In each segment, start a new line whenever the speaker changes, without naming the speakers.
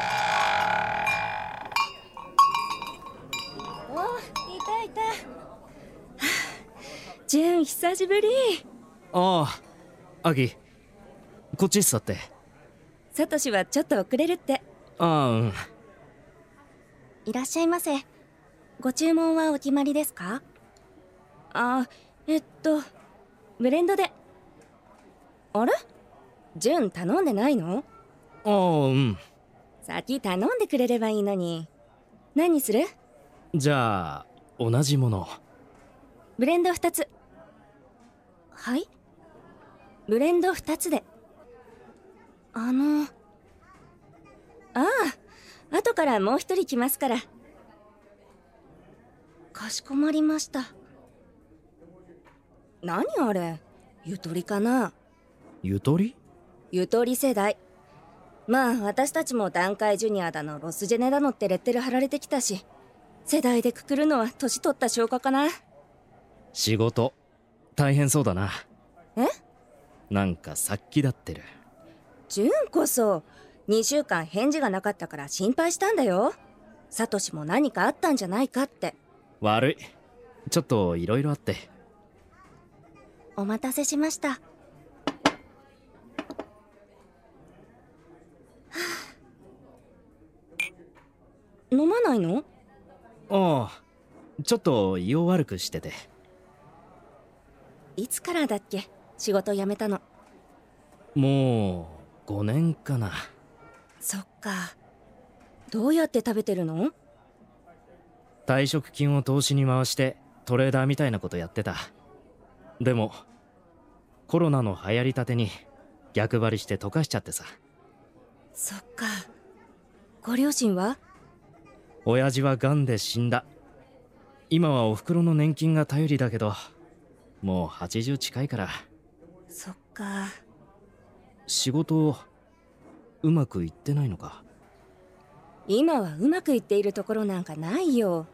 ジュン久しぶり
ああアギこっち座って
サトシはちょっと遅れるって
ああうん
いらっしゃいませご注文はお決まりですかあえっとブレンドであれジュン頼んでないの
ああうん
先頼んでくれればいいのに何にする
じゃあ同じもの
ブレンド2つはいブレンド2つであのああ後からもう一人来ますからかしこまりました何あれゆとりかな
ゆとり
ゆとり世代まあ私たちも団塊ジュニアだのロスジェネだのってレッテル貼られてきたし世代でくくるのは年取った証拠かな
仕事大変そうだな
え
なんか殺気立ってる
純こそ2週間返事がなかったから心配したんだよサトシも何かあったんじゃないかって
悪いちょっといろいろあって
お待たせしましたはあ飲まないの
ああちょっと胃を悪くしてて
いつからだっけ仕事辞めたの
もう5年かな
そっかどうやって食べてるの
退職金を投資に回してトレーダーみたいなことやってたでもコロナの流行りたてに逆張りして溶かしちゃってさ
そっかご両親は
親父は癌で死んだ今はお袋の年金が頼りだけどもう80近いから
そっか
仕事うまくいってないのか
今はうまくいっているところなんかないよ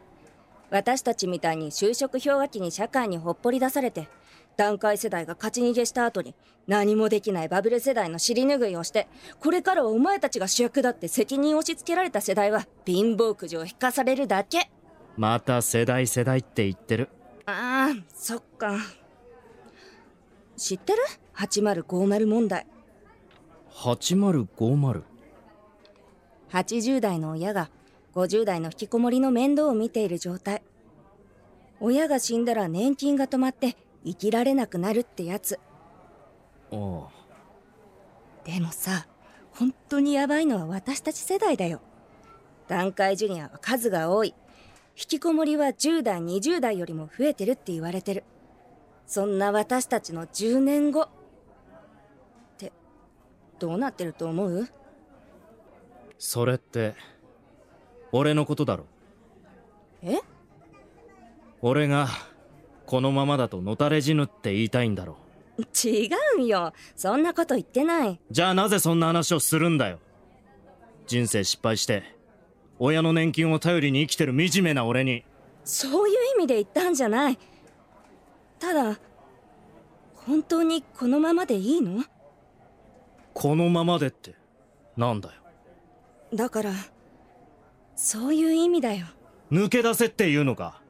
私たちみたいに就職氷河期に社会にほっぽり出されて団塊世代が勝ち逃げした後に何もできないバブル世代の尻拭いをしてこれからはお前たちが主役だって責任を押し付けられた世代は貧乏くじを引かされるだけ
また世代世代って言ってる
ああそっか知ってる8050問題
8050
80代の親が50代の引きこもりの面倒を見ている状態親が死んだら年金が止まって生きられなくなるってやつ
ああ
でもさ本当にヤバいのは私たち世代だよ団塊ジュニアは数が多い引きこもりは10代20代よりも増えてるって言われてるそんな私たちの10年後ってどうなってると思う
それって俺のことだろ
え
俺がこのままだとのたれ死ぬって言いたいんだろ
違うよそんなこと言ってない
じゃあなぜそんな話をするんだよ人生失敗して親の年金を頼りに生きてる惨めな俺に
そういう意味で言ったんじゃないただ本当にこのままでいいの
このままでってなんだよ
だからそういう意味だよ
抜け出せっていうのか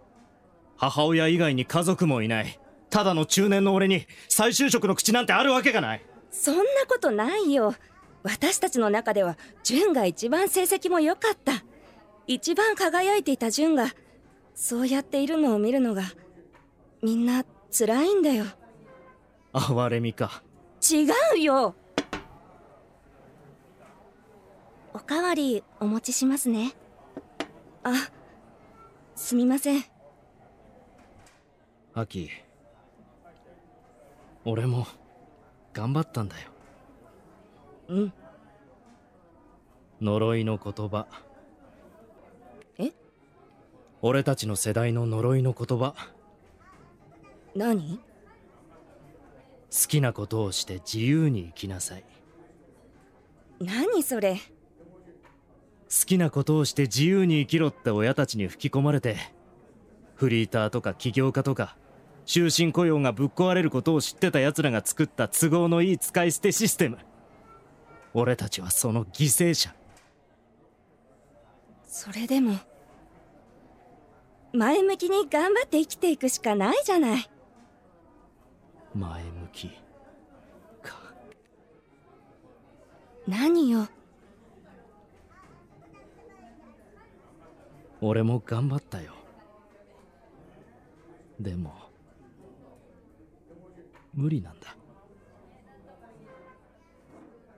母親以外に家族もいないただの中年の俺に再就職の口なんてあるわけがない
そんなことないよ私たちの中では純が一番成績も良かった一番輝いていた純がそうやっているのを見るのがみんな辛いんだよ
哀れみか
違うよおかわりお持ちしますねあすみません
アキ俺も頑張ったんだよ
うん
呪いの言葉
え
俺たちの世代の呪いの言葉
何
好きなことをして自由に生きなさい
何それ
好きなことをして自由に生きろって親たちに吹き込まれてフリーターとか起業家とか終身雇用がぶっ壊れることを知ってた奴らが作った都合のいい使い捨てシステム俺たちはその犠牲者
それでも前向きに頑張って生きていくしかないじゃない
前向きか
何よ
俺も頑張ったよでも無理なんだ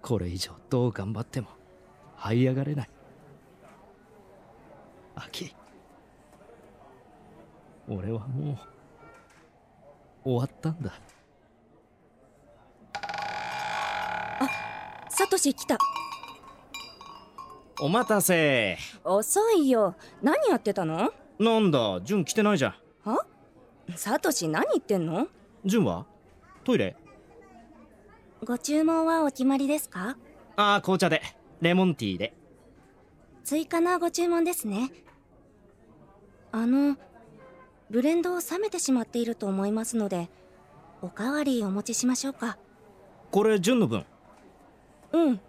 これ以上どう頑張っても這い上がれない秋俺はもう終わったんだ
サトシ来た
お待たせ
遅いよ何やってたの
なんだ純来てないじゃん
はサトシ何言ってんの
純はトイレ
ご注文はお決まりですか
ああ紅茶でレモンティーで
追加のご注文ですねあのブレンドを冷めてしまっていると思いますのでおかわりお持ちしましょうか
これ純の分
うん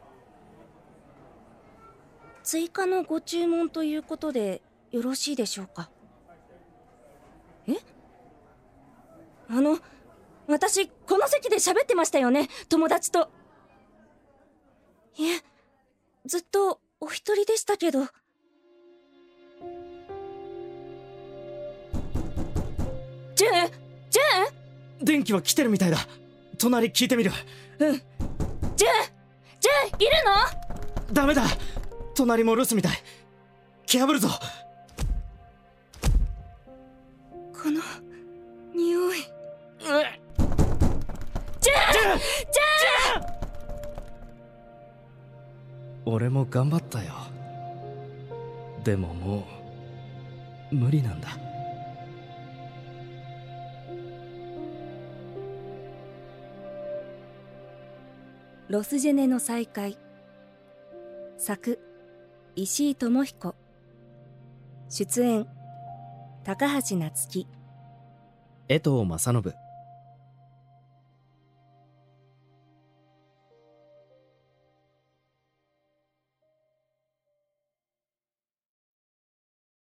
追加のご注文ということでよろしいでしょうかえあの私この席で喋ってましたよね友達といえずっとお一人でしたけどジュンジ
電気は来てるみたいだ隣聞いてみる
ュンジュンジュンいるの
ダメだ隣も留守みたい気破るぞ
この匂い
俺も頑張ったよでももう無理なんだ
ロスジェネの再会作石井智彦出演高橋夏樹
江藤正信